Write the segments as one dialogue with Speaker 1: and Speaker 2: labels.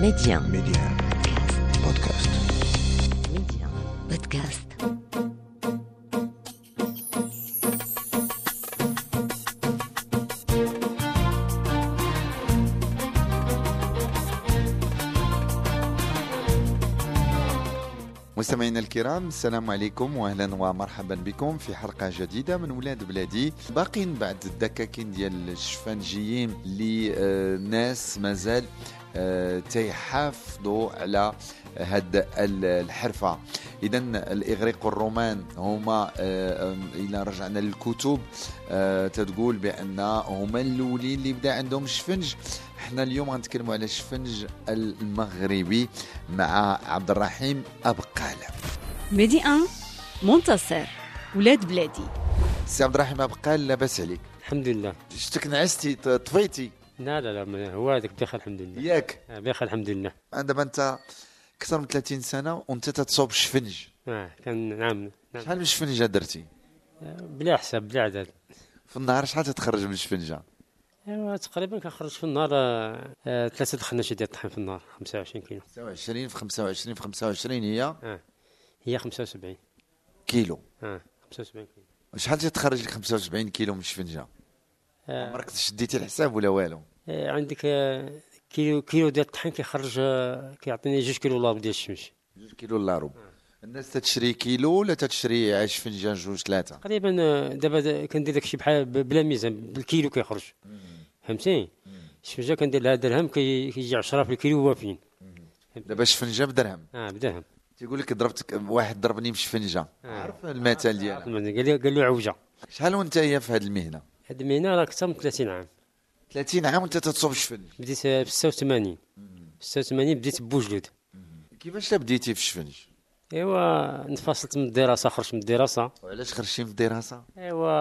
Speaker 1: Médien.
Speaker 2: Média. Podcast.
Speaker 1: Médien. Podcast.
Speaker 2: مستمعينا الكرام السلام عليكم واهلا ومرحبا بكم في حلقه جديده من ولاد بلادي باقين بعد الدكاكين ديال الشفنجيين لناس مازال آه، تيحافظوا على آه، هاد ال- الحرفه اذا الاغريق والرومان هما آه، آم، الى رجعنا للكتب آه، تتقول بان هما الاولين اللي بدا عندهم الشفنج احنا اليوم غنتكلموا على الشفنج المغربي مع عبد الرحيم ابقال
Speaker 3: ميدي ان منتصر ولاد بلادي
Speaker 2: سي عبد الرحيم ابقال لاباس عليك
Speaker 4: الحمد لله
Speaker 2: شتك نعستي ط- طفيتي
Speaker 4: لا لا لا ما- هو هذاك دخل الحمد لله
Speaker 2: ياك
Speaker 4: آه، بخير الحمد لله
Speaker 2: دابا انت اكثر من 30 سنه وانت تتصوب الشفنج
Speaker 4: آه كان نعم نعم
Speaker 2: شحال من شفنجه درتي
Speaker 4: آه، بلا حساب بلا عدد
Speaker 2: في النهار شحال تتخرج من الشفنجه
Speaker 4: آه، تقريبا كنخرج في النهار آه، آه، ثلاثة الخناشة ديال الطحين في النهار 25 كيلو
Speaker 2: 25 في 25 في 25 هي
Speaker 4: اه هي 75
Speaker 2: كيلو
Speaker 4: اه 75 كيلو
Speaker 2: شحال تتخرج لك 75 كيلو من الشفنجه
Speaker 4: آه.
Speaker 2: عمرك شديتي الحساب ولا والو
Speaker 4: آه، عندك آه، كيلو كيلو ديال الطحين كيخرج آه، كيعطيني جوج كيلو لارب ديال الشمس
Speaker 2: جوج كيلو الا ربع الناس تتشري كيلو ولا تتشري عاش فنجان جوج ثلاثه
Speaker 4: تقريبا آه، دابا دا- كندير داكشي بحال ب- بلا ميزان بالكيلو كيخرج فهمتيني الشمسة كندير لها درهم كي- كيجي 10 في الكيلو وافين
Speaker 2: دابا الشفنجه بدرهم
Speaker 4: اه بدرهم
Speaker 2: تيقول لك ضربتك واحد ضربني بشفنجه عارف المثل ديالها
Speaker 4: قال لي قال له عوجه
Speaker 2: شحال وانت هي في هذه المهنه
Speaker 4: هاد المهنه راه اكثر من 30 عام
Speaker 2: 30 عام وانت تتصوب الشفنج
Speaker 4: بديت في 86 86 بديت بوجلود
Speaker 2: كيفاش تا بديتي في الشفنج
Speaker 4: ايوا انفصلت من الدراسه خرجت من الدراسه
Speaker 2: وعلاش خرجتي من الدراسه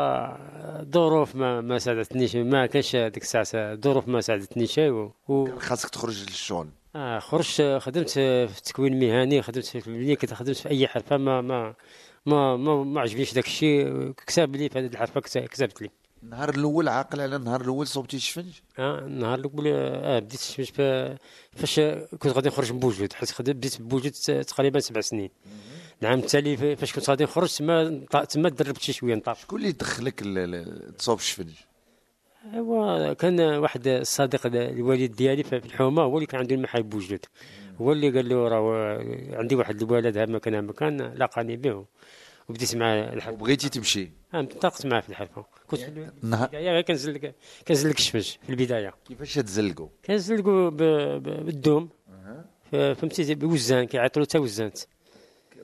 Speaker 4: ايوا ظروف ما ما ساعدتنيش ما كانش ديك الساعه ظروف ما ساعدتنيش ايوا و...
Speaker 2: كان خاصك تخرج للشغل
Speaker 4: آه خرجت خدمت في التكوين المهني خدمت في ملي كنت خدمت في اي حرفه ما ما ما ما, ما عجبنيش داك الشيء كسب لي في هذه الحرفه كس- كسبت لي
Speaker 2: النهار الاول عاقل على النهار الاول صوبتي الشفنج
Speaker 4: اه النهار الاول اه بديت شمس ب- فاش كنت غادي نخرج من بوجود حيت خد- بديت بوجود ت- تقريبا سبع سنين العام التالي ف- فاش كنت غادي نخرج تما نط- تما دربت شي شويه نطاف
Speaker 2: شكون اللي دخلك ل- ل- تصوب الشفنج
Speaker 4: ايوا كان واحد الصديق د- الوالد ديالي في الحومه هو اللي كان عنده المحل بوجود هو اللي قال له راه عندي واحد الولد ها مكان ها مكان لاقاني به وبديت معاه الحرفه
Speaker 2: وبغيتي تمشي
Speaker 4: آه، انطلقت معاه في الحرفه كنت في
Speaker 2: النهار
Speaker 4: البدايه غير كنزلك كنزلك الشمس في البدايه
Speaker 2: كيفاش تزلقوا
Speaker 4: كنزلقوا ب- ب- بالدوم ف- فهمتي زي- بوزان كيعيطوا له تا وزانت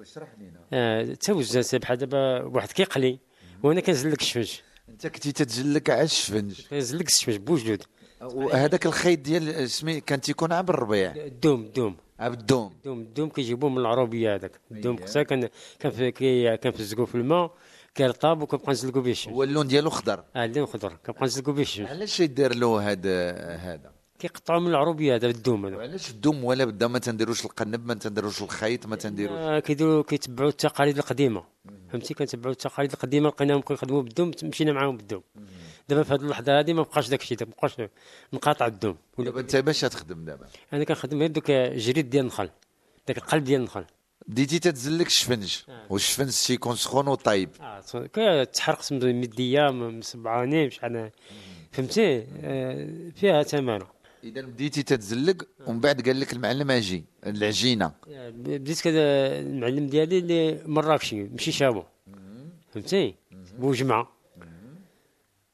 Speaker 2: اشرح لينا
Speaker 4: آه، تا وزانت بحال دابا واحد كيقلي وانا كنزلك الشمس
Speaker 2: انت كنتي تتزلك على الشفنج
Speaker 4: كنزلك الشمس بوجود
Speaker 2: وهذاك الخيط ديال سمي كان تيكون عبر الربيع
Speaker 4: الدوم الدوم
Speaker 2: عبر الدوم
Speaker 4: الدوم الدوم كيجيبوه من العروبيه هذاك الدوم
Speaker 2: أيه.
Speaker 4: قصا كان كان في كي- كنفزقوه في الماء كيرطاب وكنبقى نزلقو به الشمس
Speaker 2: هو اللون ديالو خضر
Speaker 4: اه اللون خضر كنبقى نزلقو به الشمس
Speaker 2: علاش يدير له هذا هذا
Speaker 4: كيقطعوا من العروبيه هذا الدوم هذا
Speaker 2: وعلاش الدوم ولا بدا ما تنديروش القنب ما تنديروش الخيط ما تنديروش
Speaker 4: آه، كيديروا كيتبعوا التقاليد القديمه فهمتي كنتبعوا التقاليد القديمه لقيناهم كيخدموا بالدوم مشينا معاهم بالدوم دابا في هذه اللحظه هذه ما بقاش داك الشيء دابا ما بقاش مقاطع الدوم ولا
Speaker 2: دابا انت باش تخدم دابا
Speaker 4: انا كنخدم غير دوك جريد ديال النخل داك القلب ديال النخل
Speaker 2: بديتي تتزلك الشفنج والشفنج تيكون سخون وطايب
Speaker 4: اه تص- كتحرق من مديه من سبعاني بشحال فهمتي آه، فيها ثمنه
Speaker 2: اذا بديتي تتزلق ومن بعد قال لك المعلم اجي العجينه
Speaker 4: آه، بديت كذا المعلم ديالي اللي مراكشي ماشي شابو فهمتي بوجمعه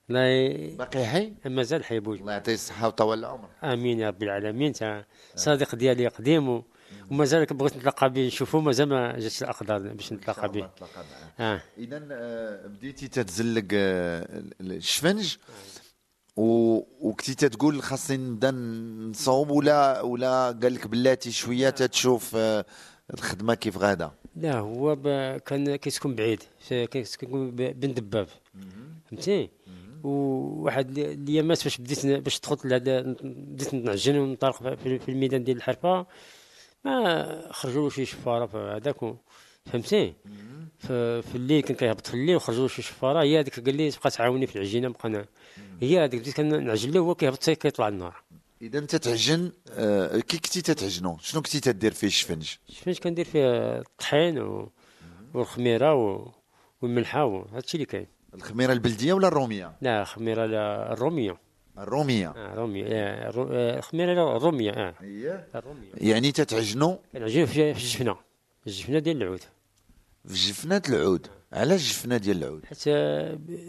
Speaker 4: لا ي-
Speaker 2: باقي حي
Speaker 4: مازال حي بوجمعه
Speaker 2: الله يعطيه الصحه وطول العمر
Speaker 4: امين يا رب العالمين تا صديق ديالي قديم و- ومازال بغيت نتلاقى به نشوفه مازال ما جاتش الاقدار باش نتلاقى به اه
Speaker 2: اذا آه، بديتي تتزلق آه، ال- ال- الشفنج و... وكنتي تتقول خاصني نبدا نصوب ولا ولا قال لك بلاتي شويه تتشوف آه، الخدمه كيف غادا
Speaker 4: لا هو ب... كان كيسكن بعيد ف- كيسكن ب- بن دباب فهمتي وواحد ال- اليامات باش بديت ن- باش دخلت لهذا بديت نعجن ونطرق في- في في الميدان ديال الحرفه ما خرجوا شي شفاره في هذاك و- فهمتي ف- في الليل كان كيهبط في الليل وخرجوا شي شفاره هي هذيك قال لي تبقى تعاوني في العجينه بقى انا هي هذيك بديت كنعجن له هو كيهبط حتى كيطلع النار
Speaker 2: اذا انت تعجن آه، كي كنتي تتعجنو شنو كنتي تدير فيه الشفنج
Speaker 4: فاش كندير فيه الطحين و... والخميره و... والملحه و... هادشي اللي كاين
Speaker 2: الخميره البلديه ولا الروميه
Speaker 4: لا الخميره لا الروميه
Speaker 2: الروميه
Speaker 4: اه روميه آه، الرو- آه، الخميره لا الروميه اه
Speaker 2: هي
Speaker 4: الروميه
Speaker 2: يعني تتعجنو
Speaker 4: كنعجنو في في الجفنه في الجفنه ديال العود
Speaker 2: في جفنه العود علاش جفنه ديال العود
Speaker 4: حيت آه، ب-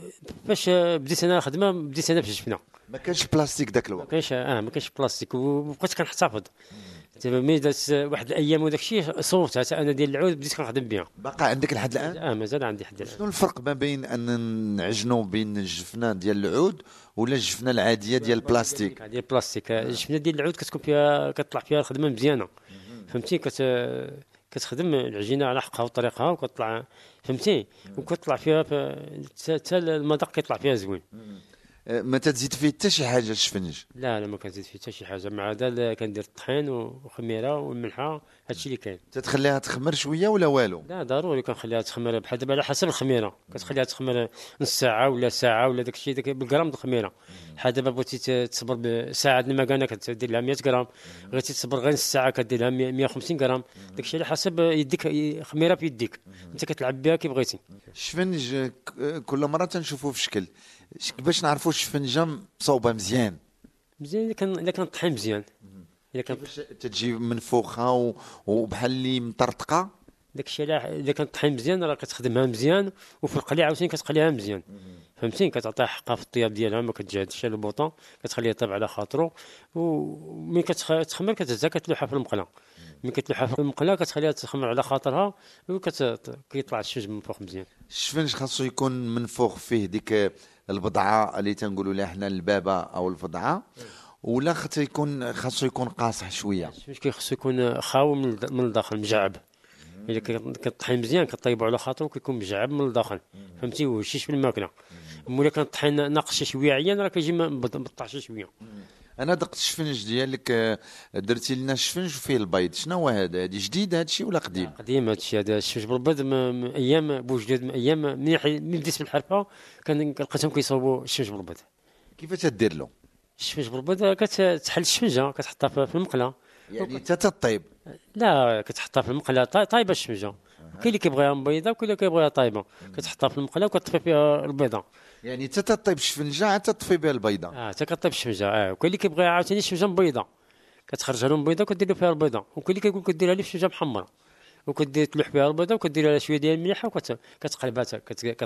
Speaker 4: باش آه، بديت انا الخدمه بديت انا في الجفنه
Speaker 2: ما كانش بلاستيك ذاك
Speaker 4: ما
Speaker 2: الوقت
Speaker 4: كانش اه ما كانش بلاستيك وبقيت كنحتفظ دابا ملي دازت واحد الايام وداك الشيء صوبتها حتى انا ديال العود بديت كنخدم بها
Speaker 2: باقا عندك لحد الان
Speaker 4: اه مازال عندي حد الان
Speaker 2: شنو الفرق ما بين ان نعجنو بين الجفنه ديال العود ولا الجفنه العاديه ديال البلاستيك
Speaker 4: ديال البلاستيك آه، الجفنه ديال العود كتكون فيها كتطلع فيها الخدمه مزيانه فهمتي كت كتخدم العجينه على حقها وطريقها وكتطلع فهمتي وكتطلع فيها ف- حتى المذاق كيطلع فيها زوين
Speaker 2: آه، ما تزيد فيه حتى شي حاجه الشفنج
Speaker 4: لا لا ما كنزيد فيه حتى شي حاجه مع هذا ال- كندير الطحين والخميره والملحه هادشي اللي كاين
Speaker 2: تتخليها تخمر شويه ولا والو
Speaker 4: لا ضروري كنخليها تخمر بحال دابا على حسب الخميره كتخليها تخمر نص ساعه ولا ساعه ولا داك الشيء داك بالغرام د الخميره بحال دابا بغيتي ت- تصبر بساعه د المكانه كدير لها 100 غرام بغيتي تصبر غير نص ساعه كدير لها 100 150 غرام داك الشيء على حسب يديك خميره بيديك انت كتلعب بها كي بغيتي
Speaker 2: الشفنج آه، ك- آه، كل مره تنشوفوه في شكل ش- باش نعرفوا الشفنجه مصوبه مزيان
Speaker 4: مزيان الا كان الا كان الطحين مزيان الا كان
Speaker 2: باش تتجي منفوخه و- وبحال اللي مطرطقه
Speaker 4: داك الشيء لا- الا كان الطحين مزيان راه كتخدمها مزيان وفي القلي عاوتاني كتقليها مزيان فهمتيني كتعطيها حقها في الطياب ديالها ما كتجهدش على البوطون كتخليه يطيب على خاطرو ومن كتخمر كتهزها كتلوحها في المقله ملي كتلوحها في المقله كتخليها تخمر على خاطرها وكيطلع الشج من فوق مزيان
Speaker 2: الشفنج خاصو يكون منفوخ فيه ديك آه، البضعه اللي تنقولوا لها حنا البابه او الفضعه ولا خاصو يكون خاصو يكون قاصح شويه
Speaker 4: باش كيخصو يكون خاوي من الد- من الداخل مجعب الا كت- كطحين مزيان كطيبو على خاطرو كيكون مجعب من الداخل فهمتي وهشيش في الماكله ملي كان الطحين ناقص شويه عيان راه كيجي مبطع شويه
Speaker 2: انا دقت الشفنج ديالك آه، درتي لنا الشفنج وفيه البيض شنو هذا هذه جديد هذا الشيء ولا قديم
Speaker 4: قديم هادشي هذا الشمس بالبيض من من ايام بوجداد من ايام من حي- من بديت في الحرفه كان لقيتهم كيصاوبوا الشمس بالبيض
Speaker 2: كيفاش تدير له
Speaker 4: الشمس بالبيض كتحل الشمجه كتحطها في- في المقله
Speaker 2: يعني حتى تطيب
Speaker 4: لا كتحطها في المقله طا- طايبه الشمجه كاين اللي كيبغيها مبيضه وكاين اللي كيبغيها طايبه كتحطها في المقله وكتطفي فيها البيضه
Speaker 2: يعني حتى تطيب الشفنجه حتى تطفي بها البيضه
Speaker 4: اه حتى كطيب الشمجه اه وكاين اللي كيبغيها عاوتاني الشمجه مبيضه كتخرجها له مبيضه وكدير له فيها البيضه وكاين اللي كيقول كديرها له الشمجه محمره وكدير تلوح فيها البيضه وكدير لها شويه ديال المليحه وكتقلبها كطيب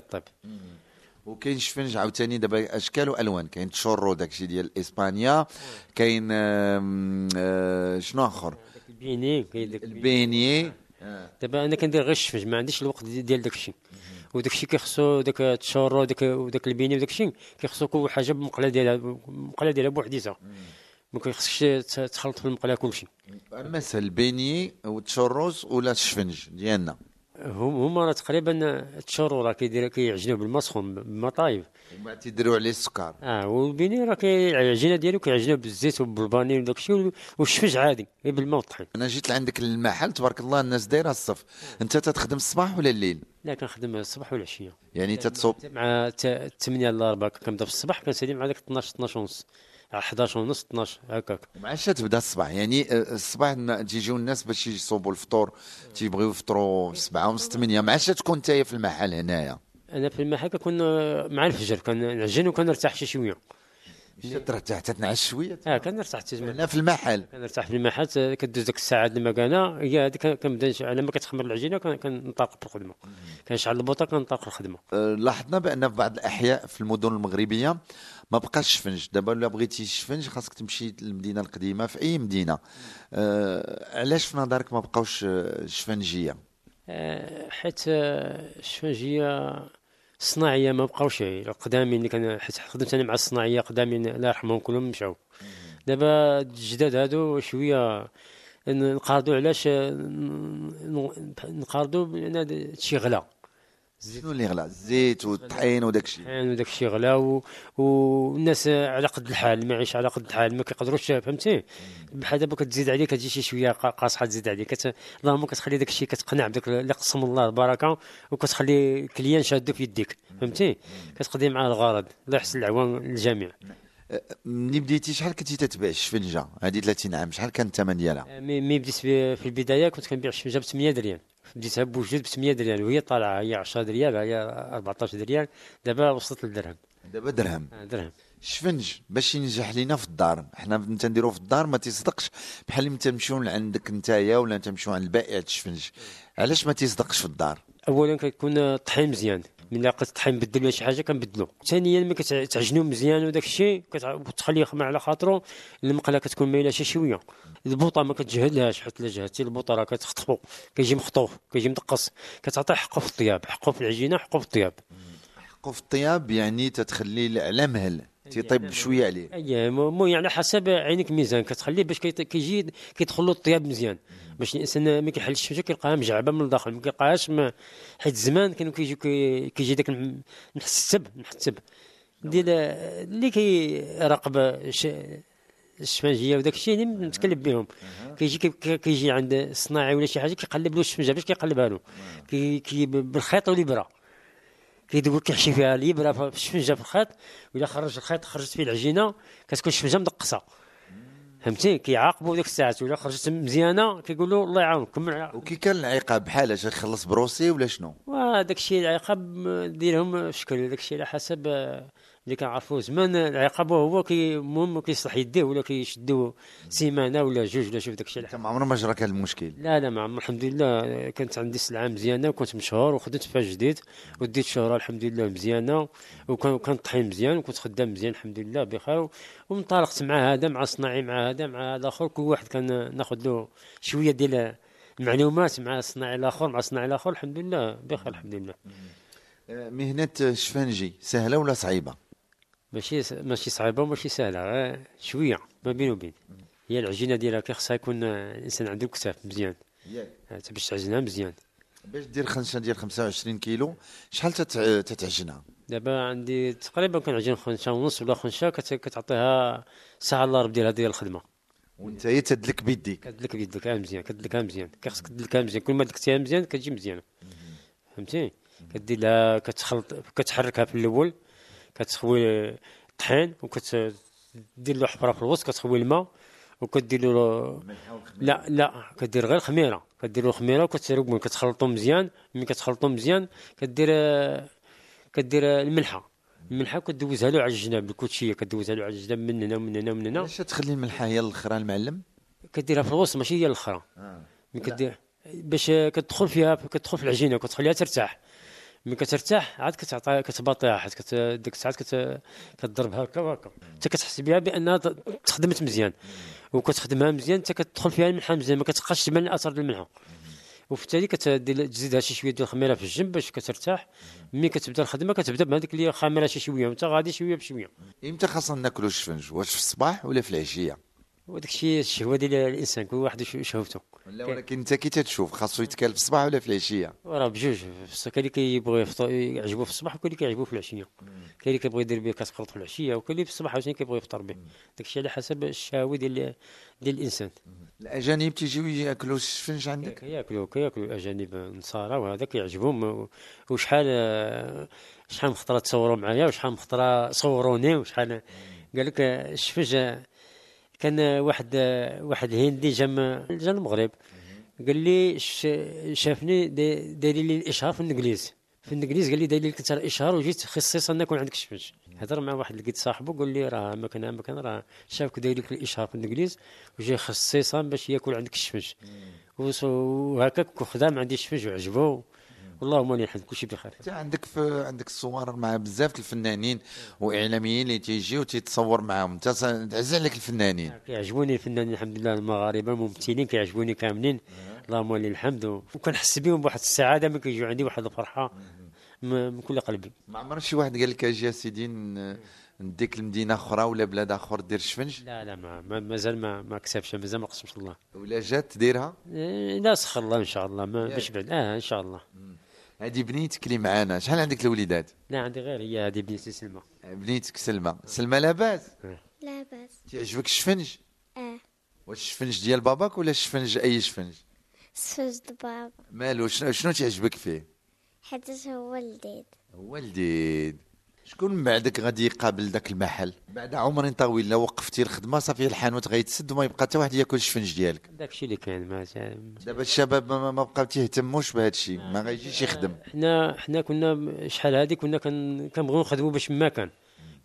Speaker 2: وكاين شفنج عاوتاني دابا اشكال والوان كاين تشورو داكشي ديال اسبانيا كاين آم، آه، شنو اخر
Speaker 4: البيني كاين داك البيني.
Speaker 2: البينيه آه.
Speaker 4: دابا انا كندير غير الشفج ما عنديش الوقت دي- ديال داك الشيء وداك الشيء كيخصو داك التشور وداك وداك البيني وداك الشيء كيخصو كل حاجه بالمقله ديالها المقله ديالها بوحديتها ما كيخصكش ت- تخلط في المقله كلشي
Speaker 2: مثلا البينيه والتشوروز ولا الشفنج ديالنا
Speaker 4: هم هما راه تقريبا التشور راه كيدير كيعجنوه بالما سخون بالما طايب
Speaker 2: ومن بعد تيديروا عليه السكر
Speaker 4: اه والبيني راه كيعجنها ديالو كيعجنوه بالزيت وبالفاني وداك الشيء والشفج عادي غير بالما والطحين
Speaker 2: انا جيت لعندك المحل تبارك الله الناس دايره الصف انت تتخدم الصباح ولا الليل
Speaker 4: لا كنخدم الصباح والعشيه
Speaker 2: يعني تتصوب
Speaker 4: مع 8 ل 4 كنبدا في الصباح كنسالي مع داك 12 12 ونص على 11 ونص 12 هكاك
Speaker 2: مع الشتا تبدا الصباح يعني آه، الصباح ن- تيجيو الناس باش يصوبوا الفطور تيبغيو يفطروا 7 ونص 8 مع الشتا تكون انت في المحل هنايا
Speaker 4: انا في المحل كنكون آه، مع الفجر كنعجن وكنرتاح شي شويه
Speaker 2: مش ترتاح تتنعس شويه
Speaker 4: اه كنرتاح تجمع
Speaker 2: هنا في المحل
Speaker 4: كنرتاح في المحل آه، كدوز ديك الساعه د المكانه هي هذيك كنبدا نش- على ما كتخمر العجينه كن- كنطاق في الخدمه كنشعل البوطه كنطاق في الخدمه
Speaker 2: آه، لاحظنا بان في بعض الاحياء في المدن المغربيه ما بقاش شفنج دابا الا بغيتي شفنج خاصك تمشي للمدينه القديمه في اي مدينه آه، علاش في نظرك ما بقاوش آه، شفنجيه
Speaker 4: آه، حيت آه، الشفنجيه الصناعيه ما بقاوش هي. القدامي اللي كان حيت خدمت انا مع الصناعيه قدامي الله يرحمهم كلهم مشاو دابا الجداد هادو شويه ن- نقارضوا علاش آه، ن- ن- نقارضوا بان هاد الشيء غلا
Speaker 2: شنو اللي غلا الزيت والطحين وداك الشيء
Speaker 4: يعني وداك الشيء غلا و... والناس على قد الحال المعيشه على قد الحال ما كيقدروش فهمتي بحال دابا كتزيد عليه كتجي شي شويه قا- قاصحه تزيد عليه كت... اللهم كتخلي داك الشيء كتقنع بداك اللي قسم الله البركه وكتخلي الكليان شادو في يديك فهمتي كتقضي معاه الغرض الله يحسن العوان للجميع
Speaker 2: ملي بديتي شحال كنتي تتبيع الشفنجه هذه 30 عام شحال كان الثمن ديالها
Speaker 4: مي مي بديت في في البدايه كنت كنبيع الشفنجه ب 8 درهم بديتها بوجد ب 8 درهم وهي طالعه هي 10 دريال هي 14 دريال دابا وصلت للدرهم
Speaker 2: دابا درهم
Speaker 4: آه، درهم
Speaker 2: الشفنج باش ينجح لينا في الدار حنا انت نديرو في الدار ما تيصدقش بحال اللي تمشيو لعندك نتايا ولا تمشيو عند البائع الشفنج علاش ما تيصدقش في الدار
Speaker 4: اولا كيكون الطحين مزيان من لقيت الطحين بدل ولا شي حاجه كنبدلو ثانيا ملي كتعجنو مزيان وداك الشيء كتع- وتخليه يخمع على خاطرو المقله كتكون مايله شي شويه البوطه ما كتجهدلهاش حيت الا جهدتي البوطه راه كتخطفو كيجي مخطوف كيجي مدقص كتعطيه حقه في الطياب حقه في العجينه حقه في الطياب
Speaker 2: قف الطياب يعني تتخليه على مهل تيطيب شويه عليه
Speaker 4: اي مو مو يعني حسب عينك ميزان كتخليه باش كيط- كيجي كيدخل له الطياب مزيان باش الانسان ملي كيحل الشمسه كيلقاها مجعبه من الداخل ما كيلقاهاش ما- حيت زمان كانوا كيجيو كي- كيجي داك الم- محسب محسب ديال اللي كيراقب ش- الشفنجيه وداك الشيء اللي متكلب بهم كيجي كي- كي- كيجي عند الصناعي ولا شي حاجه كيقلب له الشفنجه باش كيقلبها له كي كي بالخيط والابره كيدور كيحشي فيها الابره في الشفنجه في الخيط واذا خرج الخيط خرجت فيه العجينه كتكون الشفنجه مدقصه فهمتي كيعاقبوا ديك الساعات واذا خرجت مزيانه كيقول له الله يعاونك كمل على-
Speaker 2: وكي كان العقاب بحال اش خلص بروسي ولا شنو
Speaker 4: وداك الشيء العقاب ديرهم شكل داك الشيء على حسب آه، اللي كنعرفوه زمان آه، العقاب هو كي المهم كيصلح يديه ولا كيشدوه سيمانه ولا جوج ولا شوف داك الشيء
Speaker 2: انت ما عمره ما جراك هذا المشكل
Speaker 4: لا لا ما عمر الحمد لله كانت عندي سلعه مزيانه وكنت مشهور وخدمت فيها جديد وديت شهره الحمد لله مزيانه وكان كان طحين مزيان وكنت خدام مزيان الحمد لله بخير وانطلقت مع هذا مع صناعي مع هذا مع هذا اخر كل واحد كان ناخذ له شويه ديال المعلومات مع صناعي الاخر مع صناعي الاخر الحمد لله بخير الحمد لله
Speaker 2: آه، مهنه الشفنجي سهله ولا صعيبه
Speaker 4: ماشي س- ماشي صعيبه وماشي سهله آه، شويه ما بين وبين هي العجينه ديالها كيخصها يكون آه، الانسان عنده كتاف مزيان آه، باش تعجنها مزيان
Speaker 2: باش دير خنشه ديال 25 كيلو شحال تتع- تتعجنها
Speaker 4: دابا عندي تقريبا كنعجن خنشه ونص ولا خنشه كت- كتعطيها ساعه الا ربع ديالها ديال الخدمه
Speaker 2: وانت هي تدلك بيديك
Speaker 4: كدلك بيدلكها مزيان كدلكها مزيان كيخصك تدلكها مزيان كل ما دلكتيها مزيان كتجي مزيانه فهمتي كدير لها كتخلط كتحركها في الاول كتخوي الطحين وكتدير له حفره في الوسط كتخوي الماء وكدير له لا لا كدير غير خميره كدير له خميره وكتربهم كتخلطو مزيان ملي كتخلطو مزيان كدير آه، كدير آه، الملحه الملحه كدوزها له على الجناب بالكوتشيه كدوزها له على الجناب من هنا ومن هنا ومن هنا
Speaker 2: علاش تخلي الملحه هي الاخرى المعلم
Speaker 4: كديرها في الوسط ماشي هي الاخرى ملي كدير باش كتدخل فيها كتدخل في العجينه كتخليها ترتاح ملي كترتاح عاد كتعطي كتباطيها حيت كت ديك الساعات كت كتضربها هكا وهكا حتى كتحس بها بانها ت- تخدمت مزيان وكتخدمها مزيان حتى كتدخل فيها الملحه مزيان ما كتبقاش تبان الاثر ديال الملحه وفي التالي كتدير تزيدها شي شويه ديال الخميره في الجنب باش كترتاح ملي كتبدا الخدمه كتبدا بهذيك اللي خامره شي شويه وانت غادي شويه بشويه
Speaker 2: امتى خاصنا ناكلو الشفنج واش في الصباح ولا في العشيه
Speaker 4: وداك الشيء الشهوه ديال الانسان كل واحد وش- شهوته
Speaker 2: ولا
Speaker 4: كي-
Speaker 2: ولكن انت كي تتشوف خاصو يتكال في الصباح ولا في العشيه
Speaker 4: راه بجوج بصح كاين اللي كيبغي يفطر يعجبو في الصباح وكاين اللي كيعجبو في العشيه كاين اللي كيبغي يدير به كسكروط في العشيه وكاين اللي في الصباح عاوتاني كيبغي يفطر به داكشي على حسب الشهوه ديال ديال الانسان
Speaker 2: الاجانب تيجيو ياكلوا الشفنج عندك
Speaker 4: كياكلوا كياكلوا الاجانب النصارى وهذا كيعجبهم و- وشحال آه، شحال من خطره تصوروا معايا وشحال من خطره صوروني وشحال قال لك آه، الشفج آه، كان آه، واحد آه، واحد هندي جا من- جا من المغرب قال لي ش- شافني دا- داير لي الاشهار في الانجليز في الانجليز قال لي داير لي كنت راه اشهار وجيت خصيصا ناكل عندك الشفج هضر مع واحد لقيت صاحبه قال لي راه ما كان ما كان راه شافك داير لك الاشهار في الانجليز وجاي خصيصا باش ياكل عندك الشفج وص- وهكاك وخدام عندي الشفج وعجبو اللهم لي الحمد كلشي بخير
Speaker 2: انت عندك في عندك الصور مع بزاف الفنانين واعلاميين اللي تيجيو تيتصور معاهم انت سا- تعز عليك الفنانين
Speaker 4: كيعجبوني الفنانين الحمد لله المغاربه الممثلين كيعجبوني كاملين اللهم لي الحمد و- وكنحس بهم بواحد السعاده ملي كيجيو عندي واحد الفرحه م- من كل قلبي
Speaker 2: ما عمر شي واحد قال لك اجي يا سيدي ن- نديك لمدينه اخرى ولا بلاد اخر دير الشفنج
Speaker 4: لا لا ما ما- مازال ما ما كسبش مازال ما قسمش الله
Speaker 2: ولا جات ديرها
Speaker 4: إيه، لا سخر الله ان شاء الله ما
Speaker 2: ياك.
Speaker 4: باش بعد اه ان شاء الله
Speaker 2: هذه بنيتك اللي معانا شحال عندك الوليدات
Speaker 4: لا عندي غير هي هذه بنتي سلمى
Speaker 2: بنيتك سلمى سلمى لاباس
Speaker 5: لا بأس
Speaker 2: تعجبك الشفنج
Speaker 5: اه
Speaker 2: واش الشفنج ديال باباك ولا الشفنج اي شفنج
Speaker 5: سجد بابا
Speaker 2: مالو شنو شنو تعجبك فيه
Speaker 5: حيت هو لديد
Speaker 2: هو الديد شكون من بعدك غادي يقابل ذاك المحل بعد عمر طويل لو وقفتي الخدمه صافي الحانوت غيتسد وما يبقى حتى واحد ياكل الشفنج ديالك
Speaker 4: داكشي اللي كان ما
Speaker 2: دابا الشباب ما- ما, ما بقاو تيهتموش بهذا الشيء ما غايجيش يخدم
Speaker 4: حنا حنا كنا شحال هذه كنا كن- كنبغيو نخدموا باش ما كان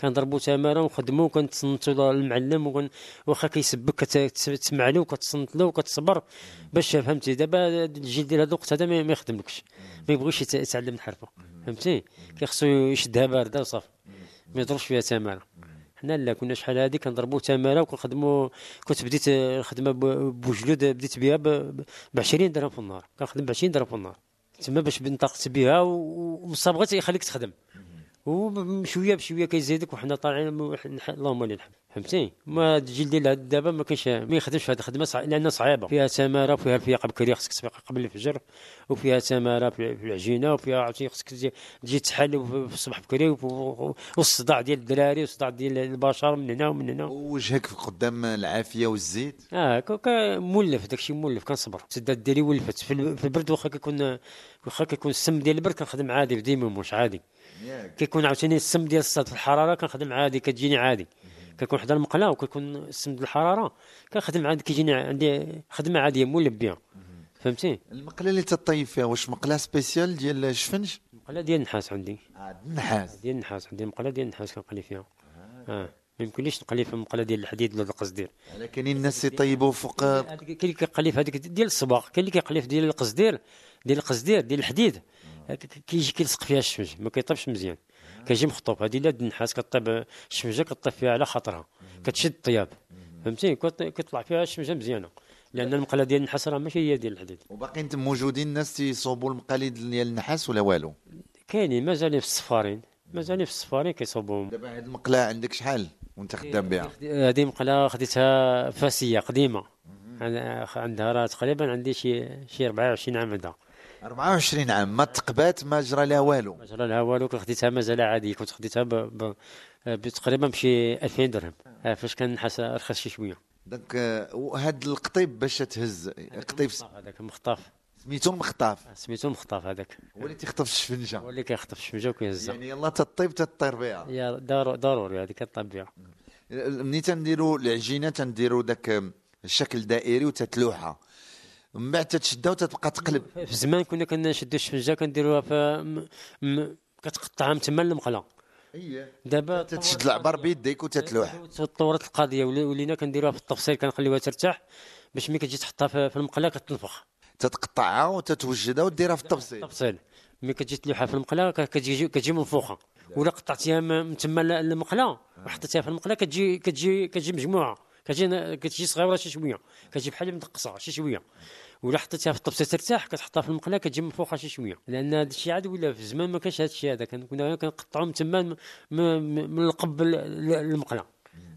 Speaker 4: كنضربوا تماره ونخدموا وكنتصنتوا للمعلم وكن واخا كيسبك كت- كتسمع له وكتصنت له وكتصبر باش فهمتي دابا الجيل ديال هذا الوقت هذا ما ما يخدملكش ما يبغيش يت- يتعلم الحرفه فهمتي كيخصو يشدها بارده وصافي ما يضربش فيها تماره حنا لا كنا شحال هذه كنضربوا تماره وكنخدموا كنت بديت الخدمه ب- بوجلود بديت بها ب 20 درهم في النهار كنخدم ب 20 درهم في النهار تما باش انطلقت بها و- والصبغه تيخليك تخدم وشويه بشويه كيزيدك وحنا طالعين م- الح- اللهم لله الحمد فهمتي ما الجيل ديال هاد دابا ما كاينش ما يخدمش هاد الخدمه صع... لانها صعيبه فيها تماره فيها الفياق بكري خصك تفيق قبل الفجر وفيها تماره في ال- في العجينه وفيها عرفتي خصك تجي- تجي تحل في الصبح بكري وف- و- والصداع ديال الدراري والصداع ديال البشر من هنا ومن هنا
Speaker 2: وجهك قدام العافيه والزيت
Speaker 4: اه ك- ك- مولف داكشي مولف كنصبر السداد ديالي ولفت في ال- في البرد واخا كيكون واخا كيكون السم ديال البرد كنخدم عادي ديما مش عادي
Speaker 2: ياك.
Speaker 4: كيكون عاوتاني السم ديال الصاد في الحراره كنخدم عادي كتجيني عادي كنكون حدا المقله وكيكون السم ديال الحراره كنخدم عادي كيجيني عندي خدمه عاديه مولف بها فهمتي
Speaker 2: المقله اللي تطيب فيها واش مقله سبيسيال ديال الشفنج
Speaker 4: مقله ديال النحاس عندي
Speaker 2: عاد النحاس
Speaker 4: ديال النحاس عندي مقله ديال النحاس كنقلي فيها اه ما يمكنليش نقلي في المقله ديال الحديد ولا القصدير
Speaker 2: على كاينين الناس يطيبوا فوق
Speaker 4: هذيك- كاين اللي كيقلي في هذيك ديال الصباغ كاين اللي كيقلي في ديال القصدير ديال القصدير ديال الحديد هاك- كيجي كيلصق فيها الشمج ما كيطيبش مزيان كيجي مخطوب هذه لا النحاس كطيب الشمجه كطيب فيها على خاطرها كتشد الطياب فهمتي كت- كيطلع فيها الشمجه مزيانه لان المقله ديال النحاس راه ماشي هي ديال الحديد
Speaker 2: وباقيين تم موجودين الناس تيصوبوا المقاليد ديال النحاس ولا والو
Speaker 4: كاينين مازالين في الصفارين مازالين في الصفارين كيصوبوهم
Speaker 2: دابا هاد المقله عندك شحال وانت خدام بها
Speaker 4: هذه مقله خديتها فاسيه قديمه عن- عندها راه تقريبا عندي شي شي 24 عام عندها
Speaker 2: 24 عام ما تقبات ما جرى لها والو
Speaker 4: ما جرى لها والو كنت خديتها مازال عادي كنت خديتها ب... ب... تقريبا بشي 2000 درهم آه، فاش كان حس ارخص شي شويه
Speaker 2: دونك آه، وهاد القطيب باش تهز قطيب س-
Speaker 4: هذاك المخطاف
Speaker 2: سميتو المخطاف
Speaker 4: سميتو المخطاف هذاك
Speaker 2: هو اللي تيخطف
Speaker 4: هو
Speaker 2: الشفنجه
Speaker 4: اللي كيخطف الشمجه وكيهزها
Speaker 2: يعني يلا تطيب تطير بها
Speaker 4: يا دار- ضروري هذيك كطلب بها
Speaker 2: ملي تنديروا العجينه تنديروا داك آم، الشكل دائري وتتلوحها من بعد تتشدها وتتبقى تقلب
Speaker 4: في زمان كنا كنشدو الشمجه كنديروها في م... م... كتقطعها من تما للمقله
Speaker 2: ايه
Speaker 4: دابا
Speaker 2: تتشد العبر بيديك وتتلوح
Speaker 4: تطورت القضيه ول- ولينا كنديروها في التفصيل كنخليوها ترتاح باش ملي كتجي تحطها في في المقله كتنفخ
Speaker 2: تتقطعها وتتوجدها وديرها في التبسيط
Speaker 4: الطبسيل ملي كتجي تلوحها في المقله ك- كتجي كتجي منفوخه ولا قطعتيها م- من تما ل- المقله وحطيتها في المقله كتجي كتجي كتجي مجموعه كتجي ن- كتجي صغيره شي شويه كتجي بحال مدقصه شي شويه ولا حطيتها في الطبسيل ترتاح كتحطها في المقله كتجي منفوخه شي شويه لان هذا الشيء عاد ولا في زمان ما كانش هذا الشيء هذا كان- كنا كنقطعوا من تما م- م- من القب ل- ل- المقله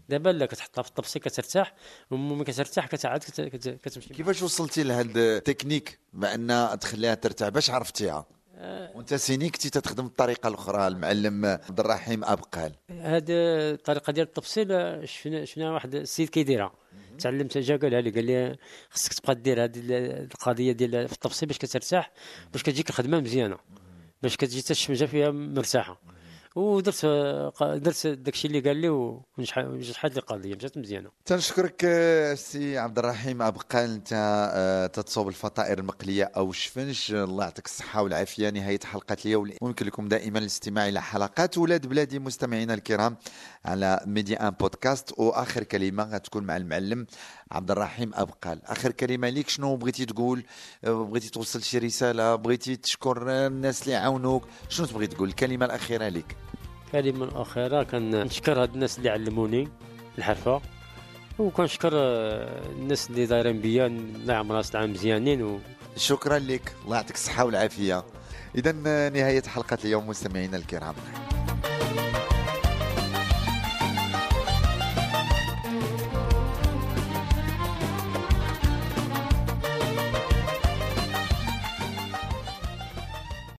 Speaker 4: دابا لا كتحطها في الطبسيل كترتاح وملي كترتاح كتعاد كت- كت- كتمشي
Speaker 2: كيفاش وصلتي لهاد التكنيك مع انها تخليها ترتاح باش عرفتيها وانت سيني كنتي تخدم الطريقه الاخرى المعلم عبد الرحيم ابقال
Speaker 4: هاد الطريقه ديال التفصيل آه، شفنا شفنا واحد السيد كيديرها تعلمت جا قالها لي قال لي خصك تبقى دير هاد ال- القضيه ديال في التفصيل باش كترتاح باش كتجيك الخدمه مزيانه باش كتجي حتى الشمجه فيها مرتاحه ودرت آه، ق- درت داكشي اللي قال لي و- ونجح- ونجحت لي القضيه مشات مزيانه
Speaker 2: تنشكرك آه، سي عبد الرحيم ابقال انت آه، تتصوب الفطائر المقليه او الشفنج الله يعطيك الصحه والعافيه نهايه حلقه اليوم ممكن لكم دائما الاستماع الى حلقات ولاد بلادي مستمعينا الكرام على ميديا ان بودكاست واخر كلمه غتكون مع المعلم عبد الرحيم ابقال اخر كلمه ليك شنو بغيتي تقول آه، بغيتي توصل شي رساله بغيتي تشكر آه، الناس اللي عاونوك شنو تبغي تقول الكلمه الاخيره ليك
Speaker 4: الكلمه الاخيره كنشكر هاد الناس اللي علموني الحرفه وكنشكر آه، الناس اللي دايرين بيا الله يعمرها ست عام مزيانين و...
Speaker 2: شكرا لك الله يعطيك الصحه والعافيه اذا نهايه حلقه اليوم مستمعينا الكرام